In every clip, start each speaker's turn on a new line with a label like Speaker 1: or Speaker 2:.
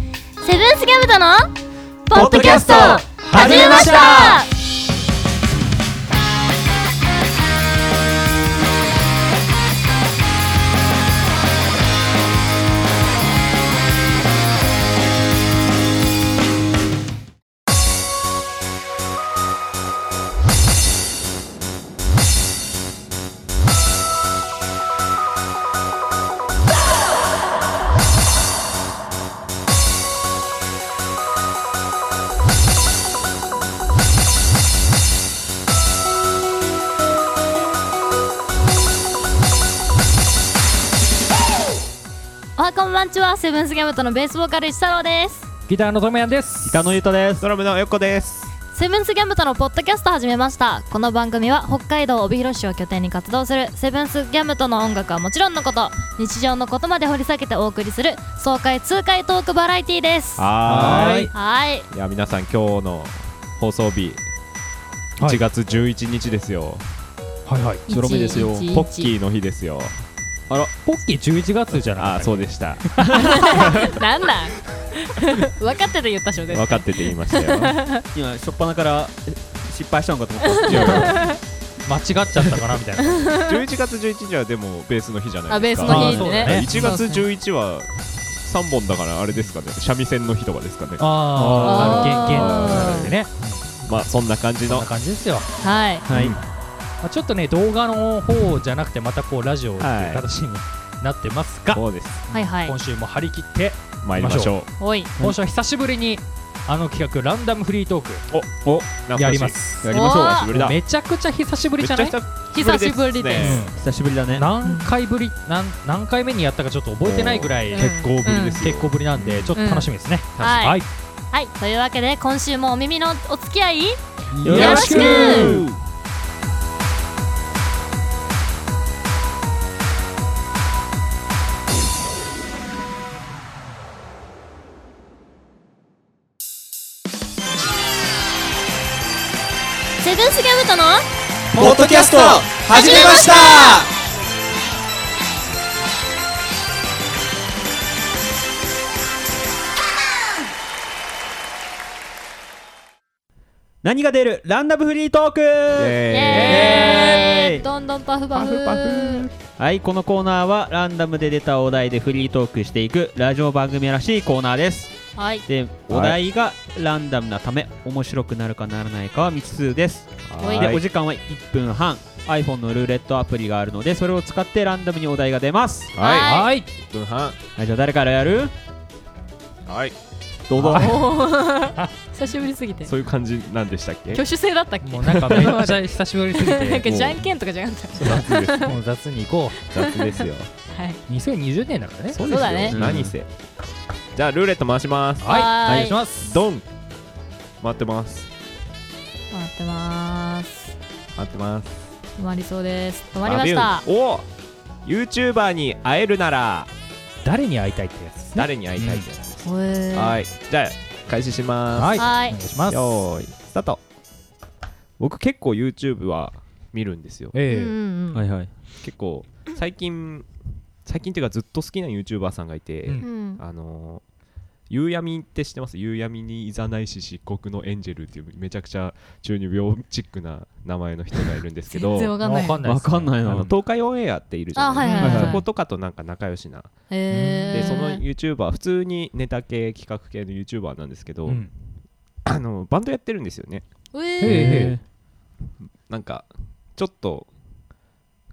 Speaker 1: ルースギャムとの
Speaker 2: ポッドキャスト始めました
Speaker 1: おはこんばんちはセブンスギャムとのベースボーカル石太郎です
Speaker 3: ギターのともやんです。
Speaker 2: 板野裕太です
Speaker 4: ドラムの横です。
Speaker 1: セブンスギャムとのポッドキャスト始めましたこの番組は北海道帯広市を拠点に活動するセブンスギャムとの音楽はもちろんのこと日常のことまで掘り下げてお送りする爽快痛快トークバラエティーですは
Speaker 4: はーい。
Speaker 1: い
Speaker 4: いや皆さん今日の放送日
Speaker 3: はい
Speaker 4: 1月11日ですよ。
Speaker 3: はいはい。
Speaker 1: 一
Speaker 2: ロ目ですよ
Speaker 1: 一
Speaker 4: ポッキーの日ですよ。
Speaker 3: あら、ポッキー十一月じゃない。
Speaker 4: あーそうで した。
Speaker 1: なんなん 分かってて言ったでしょ
Speaker 4: 分かってて言いました よ。
Speaker 2: 今初っ端からえ失敗したのかと思っ
Speaker 4: いや
Speaker 3: 間違っちゃったかなみたい な。
Speaker 4: 11月11日はでもベースの日じゃな
Speaker 1: あ
Speaker 4: い
Speaker 1: ベ
Speaker 4: で
Speaker 1: ース
Speaker 4: すか。
Speaker 1: の日
Speaker 3: あー
Speaker 1: で
Speaker 3: そう
Speaker 1: ね
Speaker 3: だね
Speaker 4: 1月11は3本だからあれですかね。三味線の日とかですかね。
Speaker 3: あ
Speaker 1: あー
Speaker 3: あ、現現でね。
Speaker 4: まあそんな感じ
Speaker 3: そん
Speaker 4: の
Speaker 3: な。感じですよ。
Speaker 1: はい
Speaker 2: たはい
Speaker 3: まあちょっとね動画の方じゃなくてまたこうラジオって
Speaker 4: はいいう
Speaker 3: 形になってますが、
Speaker 4: そうです。
Speaker 1: はいはい
Speaker 3: 今週も張り切って
Speaker 4: 参りましょう。
Speaker 1: おい
Speaker 3: 今週は久しぶりにあの企画ランダムフリートーク
Speaker 4: おお懐かしい
Speaker 3: やります
Speaker 4: やりましょう。
Speaker 1: おー
Speaker 4: 久しぶりだ。
Speaker 3: めちゃくちゃ久しぶりじゃない？
Speaker 4: 久しぶ
Speaker 1: 久しぶり
Speaker 4: りですね
Speaker 1: です
Speaker 2: 久しぶりだね
Speaker 3: 何回ぶり何何回目にやったかちょっと覚えてないぐらい
Speaker 1: うん
Speaker 4: 結構ぶりですよ。
Speaker 3: 結構ぶりなんでちょっと楽しみですね。
Speaker 1: うん
Speaker 3: はい
Speaker 1: はいはいというわけで今週もお耳のお付き合い
Speaker 3: よろしく
Speaker 1: セブンスギャムとの
Speaker 2: ポッドキャスト始めました何が出るランダムフリートーク
Speaker 4: イ
Speaker 2: エーイ
Speaker 1: イエーイどんどんパフパフ
Speaker 4: パフ
Speaker 2: はいこのコーナーはランダムで出たお題でフリートークしていくラジオ番組らしいコーナーです
Speaker 1: はい
Speaker 2: でお題がランダムなため面白くなるかならないかは未知数です
Speaker 4: は
Speaker 1: はい
Speaker 4: い
Speaker 2: でお時間は1分半 iPhone のルーレットアプリがあるのでそれを使ってランダムにお題が出ます
Speaker 4: はい。
Speaker 1: はい
Speaker 3: はい。
Speaker 4: 1分半。
Speaker 2: はいじゃあ誰からやる
Speaker 4: はい。
Speaker 2: どうぞ
Speaker 3: はい
Speaker 1: 久しぶりすぎて
Speaker 4: そういう感じなんでしたっけ？
Speaker 1: 挙手制だったっけ
Speaker 3: もうなんかめっちゃ久しぶりすぎ
Speaker 1: なん
Speaker 3: て
Speaker 1: かじゃんけんとかじゃなかった
Speaker 4: 雑です。
Speaker 3: もう雑に行こ
Speaker 4: 雑ですよ。
Speaker 1: はい、
Speaker 3: う2020年だからね
Speaker 1: うですよそうだね
Speaker 4: 何せ。じゃあルーレット回します。
Speaker 3: はい
Speaker 1: はーい
Speaker 3: お願いします
Speaker 4: ドン。待ってます。
Speaker 1: 待ってます
Speaker 4: 待ってます。
Speaker 1: 止まりそうです止まりました
Speaker 4: あビューンお。ユーチューバーに会えるなら
Speaker 3: 誰に会いたいってやつですね
Speaker 4: 誰に会いたいです。
Speaker 1: おえー
Speaker 4: はい。じゃあ開始しま
Speaker 3: はいお
Speaker 1: はい
Speaker 3: 願いしま
Speaker 4: す。
Speaker 3: す
Speaker 4: よーいスタート。僕結構 YouTube は見るんですよ。
Speaker 1: うん
Speaker 3: え
Speaker 1: う
Speaker 3: え
Speaker 1: んうん
Speaker 2: はいはい
Speaker 4: 結構最近最近っていうかずっと好きな YouTuber さんがいて。
Speaker 3: うん
Speaker 1: うん
Speaker 4: あのー夕闇って知ってます夕闇にいざないし漆黒のエンジェルっていうめちゃくちゃ中二病チックな名前の人がいるんですけど
Speaker 1: 全然わかんない
Speaker 3: わ
Speaker 2: わかんない
Speaker 4: あ
Speaker 2: な
Speaker 4: の東海オンエアっているじゃないです
Speaker 3: あはいはいはい
Speaker 4: そことかとなんか仲良しな、
Speaker 1: え
Speaker 4: で
Speaker 1: ー、
Speaker 4: その YouTuber 普通にネタ系企画系の YouTuber なんですけど、
Speaker 3: うん
Speaker 4: あのバンドやってるんですよね
Speaker 1: う
Speaker 3: へ
Speaker 1: えー、
Speaker 3: え
Speaker 4: なんかちょっと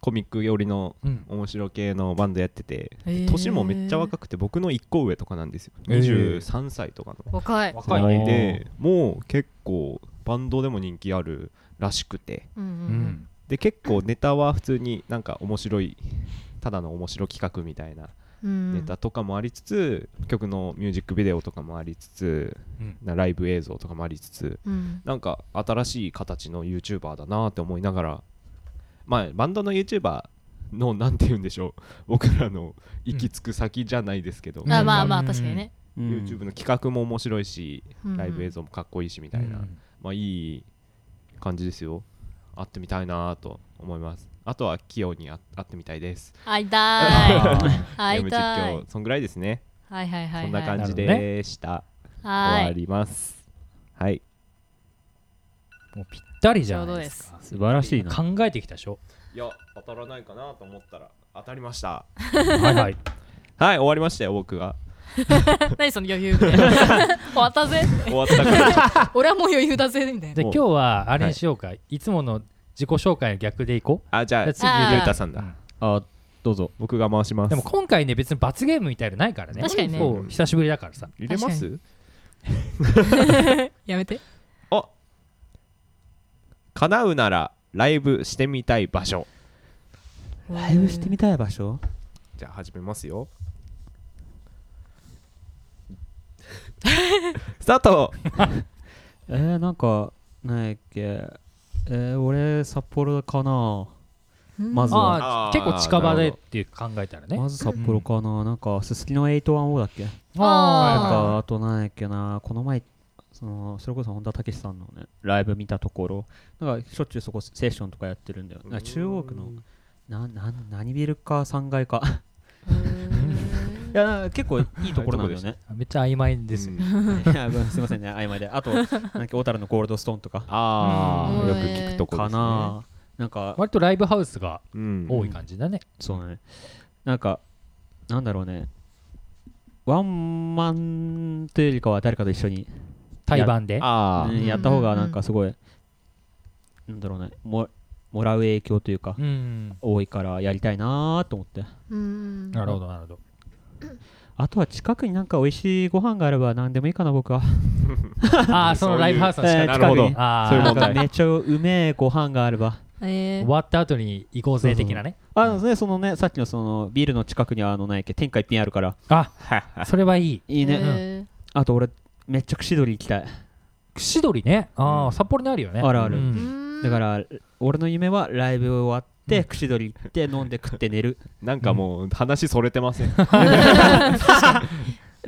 Speaker 4: コミック寄りの
Speaker 3: うん
Speaker 4: 面白系のバンドやってて、
Speaker 1: へー
Speaker 4: 年もめっちゃ若くて僕の1個上とかなんですよ
Speaker 3: へー
Speaker 4: 23歳とかの
Speaker 1: 若い
Speaker 3: 若い
Speaker 4: 世代
Speaker 3: ね
Speaker 4: でもう結構バンドでも人気あるらしくて
Speaker 1: うんうん
Speaker 3: う
Speaker 1: うん
Speaker 3: ん
Speaker 4: で結構ネタは普通になんか面白いただの面白企画みたいな
Speaker 1: うん
Speaker 4: ネタとかもありつつ、曲のミュージックビデオとかもありつつ
Speaker 3: うん
Speaker 4: なライブ映像とかもありつつ
Speaker 1: うん
Speaker 4: なんか新しい形の YouTuber だなって思いながらまあバンドの YouTuber のなんて言うんでしょう 僕らの行き着く先じゃないですけど、
Speaker 1: あまあ
Speaker 3: うん
Speaker 1: まあ確かにね、
Speaker 4: YouTube の企画も面白いし、
Speaker 1: うん
Speaker 4: ライブ映像もかっこいいしみたいな、まあいい感じですよ会ってみたいなと思いますあとはキヨにあ会ってみたいです
Speaker 1: 会いたい
Speaker 3: あー
Speaker 1: 会い
Speaker 4: ゲーム
Speaker 1: たい
Speaker 4: 実況そんぐらいですね、
Speaker 1: はいはいはい、はい、
Speaker 4: そんな感じ
Speaker 3: なるほど
Speaker 4: でした、
Speaker 5: は
Speaker 4: 終わ
Speaker 5: ーい
Speaker 4: りますはい
Speaker 3: もうぴったりじゃないですか
Speaker 2: 素晴らしいな
Speaker 3: 考えてきたでしょ
Speaker 4: いや当たらないかなと思ったら当たりました
Speaker 3: はいはい
Speaker 4: はい終わりましたよ僕が
Speaker 1: 何その余裕で 終わったぜ
Speaker 4: 終わった から
Speaker 1: 俺はもう余裕だぜみたいな
Speaker 3: で今日はあれにしようか、い、つもの自己紹介の逆でいこ
Speaker 4: あじゃあ
Speaker 3: じ
Speaker 4: 次
Speaker 5: ゃあ
Speaker 4: ゆうたさんだ
Speaker 2: あどうぞ
Speaker 4: 僕が回しま
Speaker 3: う
Speaker 4: す
Speaker 3: でも今回ね別に罰ゲームみたいのないからね
Speaker 1: 確かにね
Speaker 3: そう久しぶりだからさ
Speaker 4: 入れます
Speaker 1: やめて
Speaker 4: あ叶うならライブしてみたい場所
Speaker 2: ライブしてみたい場所
Speaker 4: じゃあ始めますよスタート
Speaker 2: えー、なんかなんやっけえー、俺札幌かな
Speaker 1: うん
Speaker 2: まずは
Speaker 3: あ
Speaker 4: あ
Speaker 3: あ
Speaker 4: ー
Speaker 3: 結構近場でって考えたらね
Speaker 2: まず札幌かな、なんかすすきの810だっけ
Speaker 5: あー
Speaker 2: なんかあとなんやっけなこの前そのそれこそ本田武史さんのねライブ見たところなんかしょっちゅうそこセッションとかやってるんだよなんか中央区のなな何ビルか3階かいやなんか結構いいところなんだよ ね
Speaker 3: めっちゃ曖昧ですよ、
Speaker 4: うん
Speaker 2: いやすいませんね曖昧であとなんか小樽のゴールドストーンとか
Speaker 4: あ
Speaker 1: うん
Speaker 4: あよく聞くとこで
Speaker 2: か
Speaker 4: すね
Speaker 2: ななんか
Speaker 3: 割とライブハウスが
Speaker 4: うん
Speaker 3: 多い感じだね、
Speaker 2: そうねなんかなんだろうねワンマンというよりかは誰かと一緒に
Speaker 3: 対バンで
Speaker 4: あ
Speaker 2: ね
Speaker 4: ー
Speaker 2: やった方がなんかすごい、なんだろうねももらう影響というか、
Speaker 3: うん
Speaker 2: 多いからやりたいなーと思って
Speaker 1: うん
Speaker 3: なるほどなるほど
Speaker 2: あとは近くになんか美味しいご飯があれば何でもいいかな僕は
Speaker 3: あ あそのライブハウスの近
Speaker 2: え
Speaker 3: く
Speaker 2: ー
Speaker 4: なるほど
Speaker 2: 近くに
Speaker 3: あ
Speaker 4: そういう
Speaker 2: なん
Speaker 4: 問題
Speaker 2: かめっちゃうめえご飯があれば
Speaker 1: えー
Speaker 3: 終わった後に行こうぜ的なね
Speaker 2: あのねそのねさっきのそのビールの近くにはあの何やっけ天下一品あるから
Speaker 3: あそれはいい
Speaker 2: いいね、
Speaker 1: え
Speaker 2: あと俺めっちゃ串取り行きたい
Speaker 3: 串取りねああ札幌にあるよね
Speaker 2: あるある
Speaker 3: うん
Speaker 1: ーうん
Speaker 2: だから俺の夢はライブ終わって串取り行って飲んで食って寝る
Speaker 4: なんかもう話それてませんは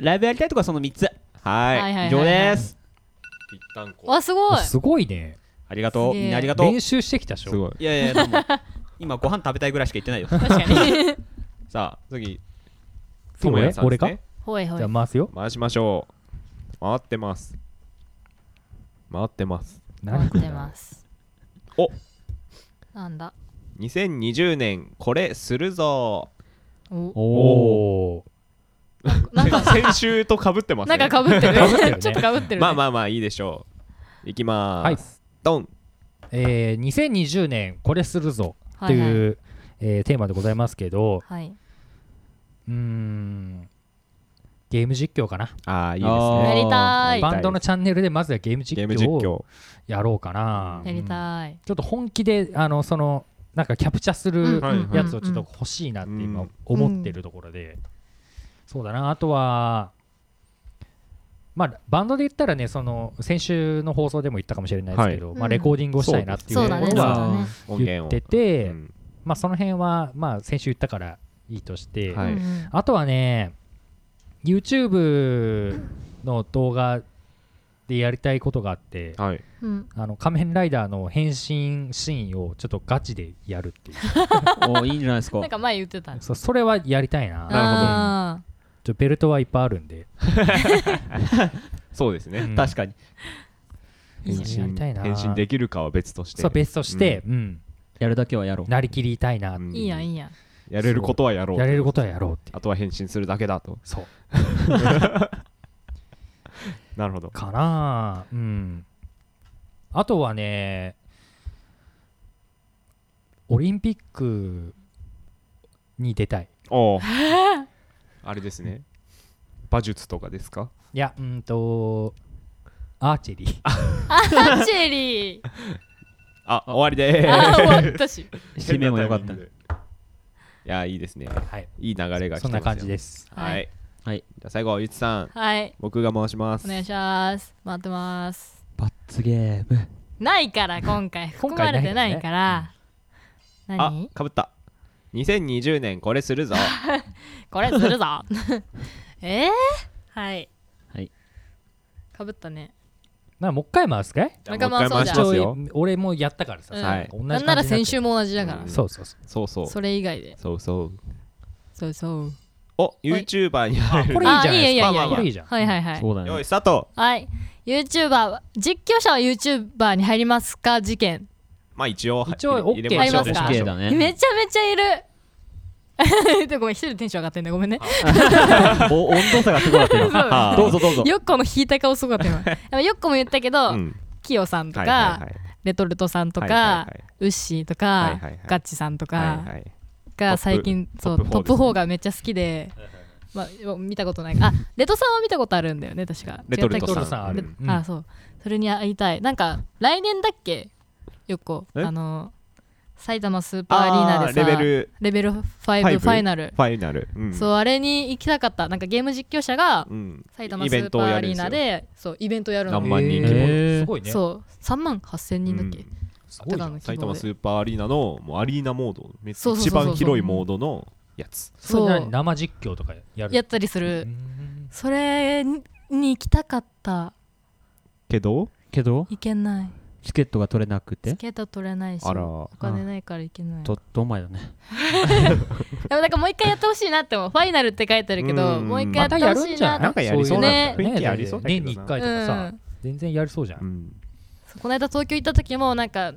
Speaker 2: ライブやりたいとかその3つ
Speaker 4: ーい
Speaker 1: はいはい
Speaker 2: 以上です
Speaker 4: ぴったんこ
Speaker 1: わすごい
Speaker 3: すごいね
Speaker 2: ありがとう
Speaker 1: すげえ
Speaker 2: みんなありがとう
Speaker 3: 練習してきたでし
Speaker 4: す
Speaker 3: ょ
Speaker 4: ごい
Speaker 2: いやいや、でも 今ご飯食べたいぐらいしか言ってないよ。
Speaker 1: 確か に
Speaker 4: さあ次
Speaker 3: 次俺
Speaker 4: 智也さんですね
Speaker 3: 俺
Speaker 1: ほいほい
Speaker 3: じゃあ回すよ
Speaker 4: 回しましょう回ってます回ってます
Speaker 1: 待
Speaker 3: 何
Speaker 1: ってます
Speaker 4: お
Speaker 1: なんだ
Speaker 4: 2020年これするぞ
Speaker 1: お
Speaker 3: お
Speaker 2: お。
Speaker 3: お
Speaker 1: なんか
Speaker 4: 先週とかぶってます
Speaker 1: な
Speaker 4: ね
Speaker 1: んかかぶってる
Speaker 3: 被ってるね
Speaker 1: ちょっとかぶってるね
Speaker 4: まあまあまあいいでしょういきま
Speaker 3: はい
Speaker 4: ーすドン
Speaker 3: えー2020年これするぞと
Speaker 1: はいはい
Speaker 3: いうえーテーマでございますけど
Speaker 1: はい、
Speaker 3: うーんゲーム実況かな
Speaker 4: ああいい
Speaker 2: い
Speaker 4: ですね
Speaker 1: やりたい
Speaker 3: バンドのチャンネルでまずはゲーム実
Speaker 4: ゲーム実
Speaker 3: 況を
Speaker 4: 況
Speaker 3: やろうかな
Speaker 1: やりたい
Speaker 3: ちょっと本気であのそのなんかキャプチャす
Speaker 1: うん
Speaker 3: る
Speaker 4: はいはい
Speaker 3: やつをちょっと欲しいなって
Speaker 4: う
Speaker 3: 今
Speaker 4: ん
Speaker 3: 思ってるところで、そうだなあとはまあバンドで言ったらねその先週の放送でも言ったかもしれないですけど、
Speaker 1: はい
Speaker 3: まあ、レコーディングをしたいなっていう
Speaker 1: そう
Speaker 3: と
Speaker 1: だ
Speaker 3: こ
Speaker 1: ね
Speaker 3: ろ
Speaker 1: そう
Speaker 3: は
Speaker 1: だね
Speaker 3: 言
Speaker 4: 音
Speaker 3: っ
Speaker 4: 源
Speaker 3: て
Speaker 4: を
Speaker 3: て、
Speaker 4: うん
Speaker 3: まあ、その辺はまあ先週言ったからいいとして、
Speaker 4: はい
Speaker 1: うんうん
Speaker 3: あとはね YouTube の動画でやりたいことがあって、
Speaker 4: はい
Speaker 1: うん
Speaker 3: あの仮面ライダーの変身シーンをちょっとガチでやるっていう
Speaker 2: おいいんじゃないですか
Speaker 1: なん。か前言ってたね
Speaker 3: そうそれはやりたいな
Speaker 4: るほど
Speaker 1: あ
Speaker 3: ちょベルトはいっぱいあるんで
Speaker 4: そうですね
Speaker 3: うん
Speaker 2: 確かに。
Speaker 1: いいね
Speaker 3: やりたいな
Speaker 4: 変身できるかは別として
Speaker 3: そう別として、うん
Speaker 2: やるだけはやろう。
Speaker 3: なりきりたいな、
Speaker 4: うん
Speaker 1: ーいいやんいいやん
Speaker 4: やれることはやろう
Speaker 3: やれることはやろうっていう
Speaker 4: あとは変身するだけだと
Speaker 3: そう
Speaker 4: なるほど
Speaker 3: かなあうんあとはねオリンピックに出たい
Speaker 4: おおあれですね馬術とかですか
Speaker 3: いやうんとアーチェリー
Speaker 1: アーチェリー
Speaker 4: あ終わり で
Speaker 1: あー終わったし
Speaker 4: す
Speaker 2: 締めもよかった
Speaker 4: い。やいいですね
Speaker 3: はい
Speaker 4: いい流れが来てますよ
Speaker 3: そんな感じです
Speaker 4: は
Speaker 1: はいい
Speaker 2: はい
Speaker 4: じゃあ最後ゆつさん
Speaker 1: はい
Speaker 4: 僕が回します
Speaker 1: お願いします待ってます
Speaker 2: 罰ゲーム。
Speaker 1: ないから今回含まれてないから
Speaker 4: あ
Speaker 1: 何
Speaker 4: かぶった2020年これ するぞ
Speaker 1: これするぞえー、はい
Speaker 2: はい
Speaker 1: かぶったね
Speaker 3: なもう一回回すかい
Speaker 4: じゃあ
Speaker 1: もう一回回そう
Speaker 4: もう一回回します
Speaker 3: 一
Speaker 4: よ
Speaker 3: 応俺もやったからさ、
Speaker 1: うん
Speaker 4: はい
Speaker 3: 同じ
Speaker 1: なんなら
Speaker 3: 感じに
Speaker 1: 先週も同じだから
Speaker 4: う、ん
Speaker 3: そうそうそう
Speaker 4: そうそう
Speaker 1: それ以外で
Speaker 4: そうそう
Speaker 1: そうそう
Speaker 4: お YouTuber に入る
Speaker 3: これいいじゃ
Speaker 1: あ
Speaker 3: ない
Speaker 1: いい
Speaker 3: で
Speaker 1: よ
Speaker 3: すか。
Speaker 1: いいよいいよ
Speaker 3: これいいじゃん。
Speaker 1: はいはいはい。
Speaker 2: そうだ
Speaker 4: よ
Speaker 2: ね
Speaker 4: いスタート
Speaker 1: はい。YouTuber は、実況者は YouTuber に入りますか事件。
Speaker 4: まあ一応
Speaker 3: 一応
Speaker 4: 入れ
Speaker 3: OK
Speaker 4: 入れましょ
Speaker 1: 入り
Speaker 4: う
Speaker 1: ますか
Speaker 2: OK だ
Speaker 1: め
Speaker 2: ね
Speaker 1: ちゃめちゃいる。 でごめん、一人でテンション上がってんね。ごめんね。
Speaker 2: お温度差がすごか った
Speaker 1: そう
Speaker 2: 今どうぞどうぞ
Speaker 1: よっこの引いた顔すごかった 今やっぱよっこも言ったけど、
Speaker 4: うん
Speaker 1: キヨさんと
Speaker 4: はい
Speaker 1: か、
Speaker 4: はいはい
Speaker 1: レトルトさんとか、
Speaker 4: はい
Speaker 1: ウッシーとか、
Speaker 4: はいはいはい
Speaker 1: ガッチさんと
Speaker 4: はい
Speaker 1: か
Speaker 4: はいはい
Speaker 1: が最近
Speaker 4: ト
Speaker 1: そ
Speaker 4: ップ
Speaker 1: うトッ
Speaker 4: トップ
Speaker 1: プ
Speaker 4: 4
Speaker 1: 4がめっちゃ好きで、まあ、見たことないあレトさんは見たことあるんだよね確か
Speaker 4: レトルト
Speaker 1: 違ったっ
Speaker 3: ト
Speaker 4: さ
Speaker 1: け
Speaker 3: ル
Speaker 4: ん
Speaker 3: さんある。
Speaker 1: レあそうそれに会いたいなんか来年だっけよっこ
Speaker 4: え
Speaker 1: あの埼玉スーパーアリーナでさ
Speaker 4: あーレベル
Speaker 1: レベル5フ
Speaker 4: ファイ
Speaker 1: ァ
Speaker 4: ブ
Speaker 1: イナル
Speaker 4: ファイナルうん
Speaker 1: そうあれに行きたかったなんかゲーム実況者が
Speaker 4: うん
Speaker 1: 埼玉スーパーアリーナでそうイベントやるの
Speaker 4: 何万人
Speaker 2: 規模
Speaker 3: えーすごいね。
Speaker 1: そう3万8000人だっけ、
Speaker 4: うん
Speaker 3: す
Speaker 1: ごいな
Speaker 3: ね
Speaker 4: 埼玉スーパーアリーナのもうアリーナモードめっちゃ
Speaker 1: そうそうそ
Speaker 4: 一
Speaker 1: うそう
Speaker 4: 番広いモードのやつ
Speaker 1: そう
Speaker 3: それ何生実況とかやる。
Speaker 1: やったりす
Speaker 3: う
Speaker 1: る
Speaker 3: ん
Speaker 1: それに行きたかった
Speaker 4: けど
Speaker 2: けど
Speaker 1: 行けない
Speaker 2: チケットが取れなく
Speaker 1: チ
Speaker 2: て
Speaker 1: ケット取れないし
Speaker 4: あら
Speaker 1: お金ないから行けないで
Speaker 2: と
Speaker 1: も
Speaker 2: どんまいだね
Speaker 1: なんかもう一回やってほしいなって思うファイナルって書いてあるけど
Speaker 4: うん
Speaker 1: もう一
Speaker 3: ま
Speaker 1: 回
Speaker 3: た
Speaker 1: や
Speaker 3: や
Speaker 1: ってほ
Speaker 3: る
Speaker 1: し
Speaker 3: ん
Speaker 1: い
Speaker 3: じ
Speaker 1: な
Speaker 3: ゃな
Speaker 4: ないんかやりそう
Speaker 1: だ
Speaker 4: ね雰囲気ありそうだけど
Speaker 3: 年
Speaker 4: な
Speaker 3: に1回とか
Speaker 1: う
Speaker 3: さ
Speaker 1: ん、
Speaker 3: 全然やりそうじゃ。
Speaker 4: うんん
Speaker 1: この間東京行った時もなんか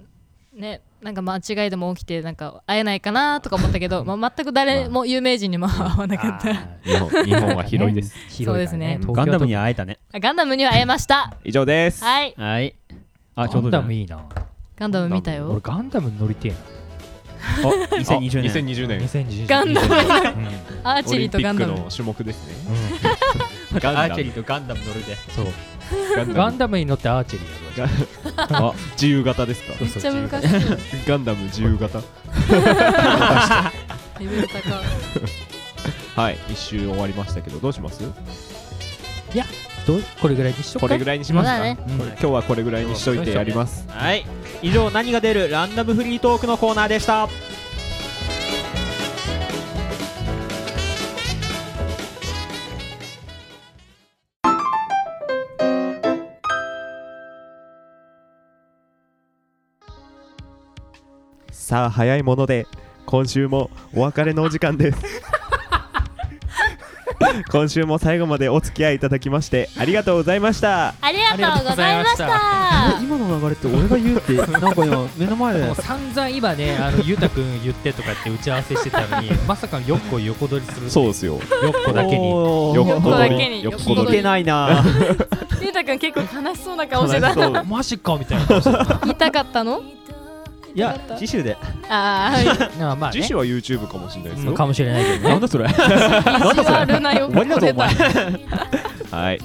Speaker 1: ねなんか間違いでも起きてなんか会えないかなとか思ったけど、まあ、全く誰も有名人にも会わなかった、
Speaker 3: あ
Speaker 4: 日本日本は広いです
Speaker 3: ー
Speaker 1: そう
Speaker 3: 広い
Speaker 1: で
Speaker 3: か
Speaker 1: す
Speaker 3: ら
Speaker 1: ね
Speaker 3: ね。
Speaker 2: ガンダムに
Speaker 3: あ
Speaker 2: 会えたね
Speaker 1: ガンダムには会えました
Speaker 4: 以上です
Speaker 1: はい
Speaker 2: はいあち
Speaker 3: ガ
Speaker 2: ょうど
Speaker 3: ン
Speaker 2: じゃ
Speaker 3: ダ
Speaker 2: ん
Speaker 3: ムいいな。
Speaker 1: ガンダム見たよ
Speaker 3: 俺ガンダムに乗りてえな。
Speaker 2: あ2020年
Speaker 4: 2020年
Speaker 3: 2020
Speaker 1: ガンダム
Speaker 3: うんうん
Speaker 1: アーチェ
Speaker 4: オリ
Speaker 1: リー
Speaker 4: ン
Speaker 1: と
Speaker 4: ピ
Speaker 1: ガ
Speaker 4: ッ
Speaker 1: ン
Speaker 4: ク
Speaker 1: ダム
Speaker 4: の種目ですね
Speaker 2: ア
Speaker 4: ガン
Speaker 2: ー
Speaker 4: ダ
Speaker 2: チェリ
Speaker 4: ム
Speaker 2: ーとガンダム乗るで
Speaker 3: そう。
Speaker 4: ガン
Speaker 3: ガ
Speaker 4: ダ
Speaker 3: ン
Speaker 4: ム
Speaker 3: ダムに乗ってアーチェリーやるわじゃあ。
Speaker 4: あ自由形ですか
Speaker 3: そう
Speaker 1: めっ
Speaker 3: そう
Speaker 1: ちゃ難しい
Speaker 4: ガンダム自由形
Speaker 1: レベル高い
Speaker 4: はい一周終わりましたけどどうします
Speaker 3: どうこれぐらいにしとく
Speaker 4: こ
Speaker 3: か
Speaker 4: れぐらいにします
Speaker 1: そうだ
Speaker 4: か
Speaker 1: ね
Speaker 4: これ今日はこれぐらいにしといてやります
Speaker 2: はい以上何が出るランダムフリートークのコーナーでした
Speaker 4: さあ早いもので今週もお別れのお時間 です今週も最後までお付き合いいただきましてありがとうございました
Speaker 1: ありがとうございました
Speaker 2: 今の流れって俺が言うってなんか今目の前
Speaker 3: もう散々今ね、あのゆうたくん言ってとかって打ち合わせしてたのに、まさかよっこ横取りする
Speaker 4: そうですよ
Speaker 3: よっこだけに。
Speaker 2: おー
Speaker 4: よ
Speaker 1: っこだけに
Speaker 4: よっ
Speaker 1: よっ
Speaker 4: こど
Speaker 1: こ
Speaker 2: 聞い
Speaker 1: どり
Speaker 4: り
Speaker 2: てないな
Speaker 1: ゆうたくん結構悲しそうな顔
Speaker 4: 楽
Speaker 1: して
Speaker 4: したそう
Speaker 3: マジかみたいな顔してた。
Speaker 1: 言いたかったの
Speaker 2: いや次週で
Speaker 1: ああ
Speaker 3: まあまあ
Speaker 4: 次
Speaker 3: ね
Speaker 4: 週。は YouTube かもしれないです
Speaker 3: う
Speaker 4: よ
Speaker 3: んかもしれないけどね。
Speaker 2: なんだそれなん
Speaker 1: 意
Speaker 2: だ
Speaker 1: 地
Speaker 2: それ
Speaker 1: 悪な よ
Speaker 2: 終わりだぞお前
Speaker 4: はい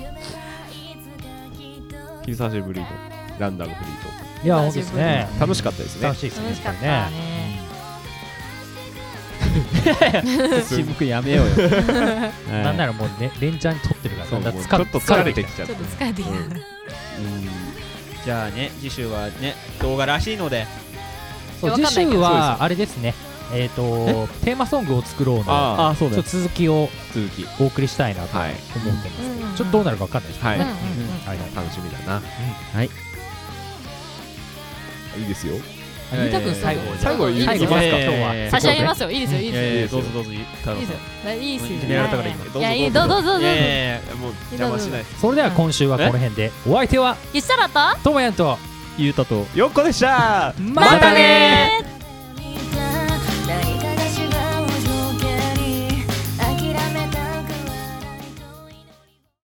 Speaker 4: 久しぶりのランダムフリートー
Speaker 3: いや、本当ですね。
Speaker 4: ク楽しかったですね
Speaker 3: 楽しいですね。
Speaker 1: 楽しかった
Speaker 3: やっぱり
Speaker 1: ね
Speaker 2: 新聞やめようよ
Speaker 3: ねなんな
Speaker 2: ら
Speaker 3: らもうね、連チャンに取ってるから、
Speaker 4: そ
Speaker 3: そ
Speaker 4: うんも
Speaker 3: な
Speaker 4: う
Speaker 3: 疲
Speaker 4: ちょっと疲れて
Speaker 3: き
Speaker 4: きちゃっ
Speaker 1: ち
Speaker 4: た
Speaker 1: ょっと疲れてきた
Speaker 2: じゃあね次週はね動画らしいので
Speaker 3: そう
Speaker 1: わかんな
Speaker 3: 次
Speaker 1: いけど
Speaker 3: 週は、あれですね。えっと、テーマソングを作ろうの、ちょ
Speaker 4: ああ
Speaker 2: そう
Speaker 3: っと続きを
Speaker 4: 続き
Speaker 3: お送りしたいなと思
Speaker 4: は
Speaker 3: っ
Speaker 4: い
Speaker 3: てます
Speaker 1: うんうんう
Speaker 3: け
Speaker 1: ん
Speaker 3: ど、ちょっとどうなるかわかんないですけど
Speaker 4: は
Speaker 1: う
Speaker 4: い
Speaker 1: ん
Speaker 3: うんはいはい
Speaker 4: 楽しみだな
Speaker 2: はい
Speaker 4: いいですよ
Speaker 1: ゆうたくん最後
Speaker 4: 最後言い
Speaker 1: いい
Speaker 4: ま
Speaker 1: ですすよ
Speaker 4: か
Speaker 2: えー
Speaker 3: 今日
Speaker 1: 差
Speaker 3: は
Speaker 1: し上げますよいいですよいい
Speaker 2: いやいや
Speaker 1: で
Speaker 2: どうぞどうぞ太郎
Speaker 1: すよいいです
Speaker 2: さ
Speaker 1: よいいですよ
Speaker 2: い
Speaker 1: い
Speaker 2: じ
Speaker 1: い
Speaker 2: められたから
Speaker 1: で
Speaker 2: 今
Speaker 1: すよいやいいどうぞどうぞど
Speaker 2: ん
Speaker 1: う
Speaker 2: い
Speaker 1: ぞ
Speaker 2: やいやいや
Speaker 4: もう邪魔しない
Speaker 3: それでは今週はこの辺で、お相手は
Speaker 1: ゆっしゃらと
Speaker 3: ともやんと
Speaker 2: ゆうたと
Speaker 4: よっこでした
Speaker 3: またね
Speaker 1: ねー